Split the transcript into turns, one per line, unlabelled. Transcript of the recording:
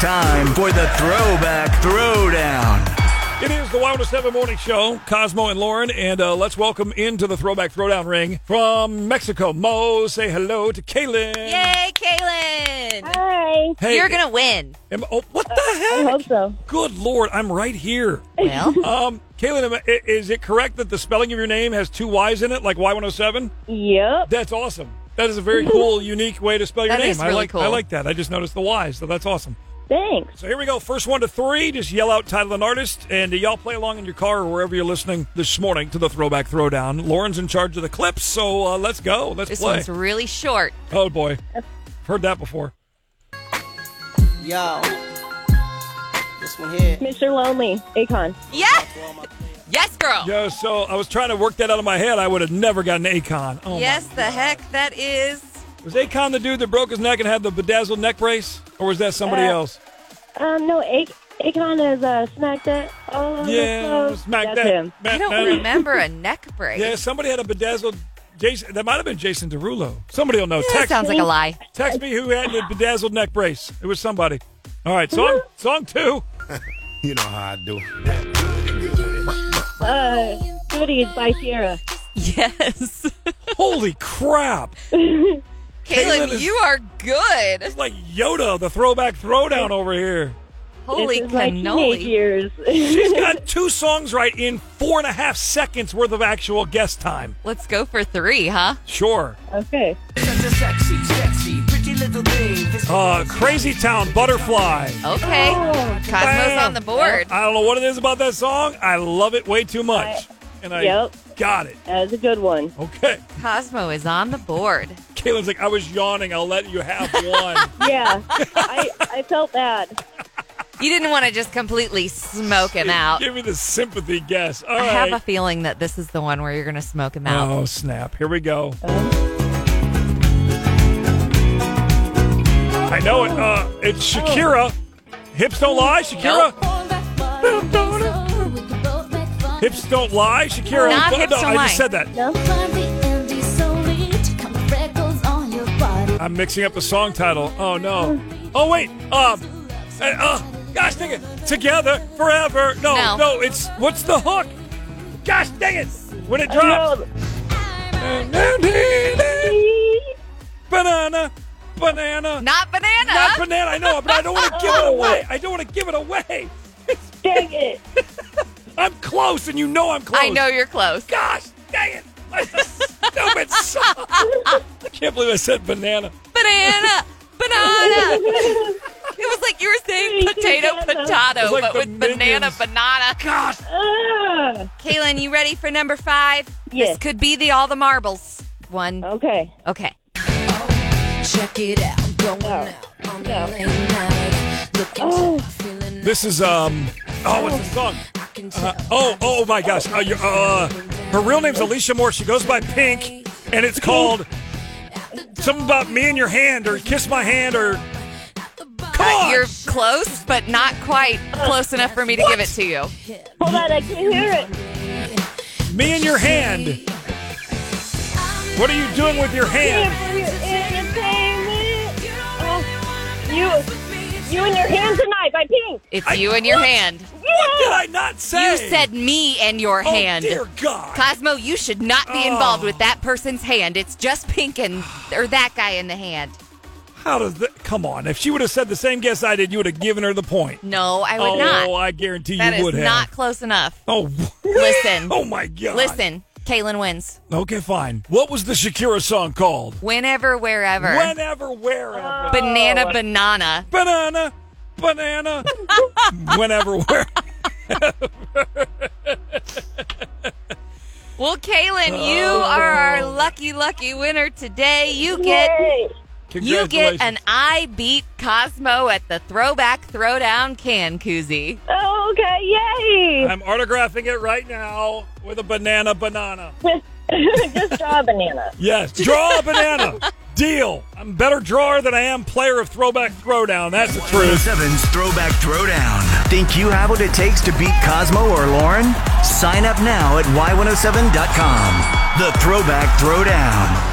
time for the Throwback Throwdown.
It is the Wildest Ever Morning Show, Cosmo and Lauren, and uh, let's welcome into the Throwback Throwdown ring from Mexico. Mo, say hello to Kaylin.
Yay, Kaylin!
Hi.
Hey,
You're gonna win.
am- oh, what the heck?
I hope so.
Good Lord, I'm right here.
Well,
Um, Kaylin, am I- i- is it correct that the spelling of your name has two Y's in it, like Y107?
Yep.
That's awesome. That is a very cool, unique way to spell your
That
name.
is
I
really
like
cool.
I like that. I just noticed the Y's, so that's awesome.
Thanks.
So here we go. First one to three. Just yell out title and artist, and uh, y'all play along in your car or wherever you're listening this morning to the Throwback Throwdown. Lauren's in charge of the clips, so uh, let's go. Let's
this
play.
one's really short.
Oh boy, heard that before.
Yo. This one here.
Mr. Lonely, Akon.
Yes, yes, girl.
Yeah, so I was trying to work that out of my head. I would have never gotten Akon. Oh my-
yes, the heck that is.
Was Akon the dude that broke his neck and had the bedazzled neck brace, or was that somebody
Uh,
else?
Um, no, A- Akon is uh, Smack That. Oh,
Yeah, smack
That's
that.
him.
Matt-
I
Matt-
don't remember a neck brace.
Yeah, somebody had a bedazzled. Jason, that might have been Jason Derulo. Somebody will know.
That
Text
sounds like a lie.
Text me who had the bedazzled neck brace. It was somebody. All right, song song two.
You know how I do.
Uh, Goodies by Sierra.
Yes,
Holy crap! Kaylin
Kaylin,
is-
you are good.
It's like Yoda, the throwback throwdown over here.
Holy
this is my teenage
cannoli!
years.
She's got two songs right in four and a half seconds worth of actual guest time.
Let's go for three, huh?
Sure.
okay.
Such a sexy, sexy, pretty little thing. This
Uh, Crazy Town, Butterfly.
Okay, Cosmo's
Bam.
on the board.
I don't know what it is about that song. I love it way too much, and I
Yep.
got it.
That was a good one.
Okay.
Cosmo is on the board.
Kaylin's like, I was yawning. I'll let you have one.
Yeah. I, I felt bad.
You didn't want to just completely smoke him out.
Give me the sympathy guess. All
I
right.
have a feeling that this is the one where you're gonna smoke him out.
Oh snap! Here we go. I know it. Uh, it's
Oh.
Shakira. Hips don't lie, Shakira. Hips don't lie, Shakira.
Not
No,
hips
no,
don't
I
lie.
just said that.
No?
I'm mixing up the song title. Oh no. Oh wait. Um. Uh, uh, gosh dang it. Together forever. No,
No.
It's what's the hook? Gosh dang it. When it drops. Banana. Banana.
Not banana.
Not banana, I know, but I don't want to give it
Oh
away. I don't want to give it away.
Dang it.
I'm close, and you know I'm close.
I know you're close.
Gosh, dang it. That's a stupid song. I can't believe I said banana.
banana, banana. it was like you were saying potato,
It's
potato,
like
but
the
with banana,
Minions.
banana. Gosh.
Ah.
Kaylin, you ready for number five?
Yes. Oh.
This could be the all the marbles one.
Okay.
Okay.
check it out. Going out on the late night. Looking
Oh.
tough, feeling
This is, um, oh, what's the song?
I can tell.
Oh, oh my gosh. Uh, you- uh, her real name's Alicia Moore. She goes by Pink, and it's called something about me in your hand, or kiss my hand, or come on.
You're close, but not quite close enough for me to give it to you.
Hold on, I can't hear it.
me in your hand. What are you doing with your hand?
Entertainment. Oh, you, you and your hands and I by Pink.
It's
I-
you and your
what?
hand.
What did I not say?
You said me and your
oh,
hand.
dear Oh. God.
Cosmo, you should not be involved with that person's hand. It's just pink and or that guy in the hand.
How does that? Come on. If she would have said the same guess I did, you would have given her the point.
No, I would
oh,
not.
I guarantee
That
you
is
would have.
not close enough.
oh,
Listen.
oh my God.
Listen, Kaylin wins.
Okay, fine. What was the Shakira song called?
Whenever, wherever.
Whenever, wherever.
banana, banana.
banana, banana. Whenever, where.
Well, Kaylin, you are our lucky, lucky winner today. You get
Yay.
you get an
Congratulations.
I beat Cosmo at the Throwback Throwdown can koozie.
Oh, okay. Yay.
I'm autographing it right now with a banana, banana.
Just draw a banana.
Yes, draw a banana. Deal. I'm a better drawer than I am player of throwback throwdown. That's the truth.
7's Throwback Throwdown. Think you have what it takes to beat Cosmo or oh Lauren? Sign up now at y107.com. The Throwback Throwdown.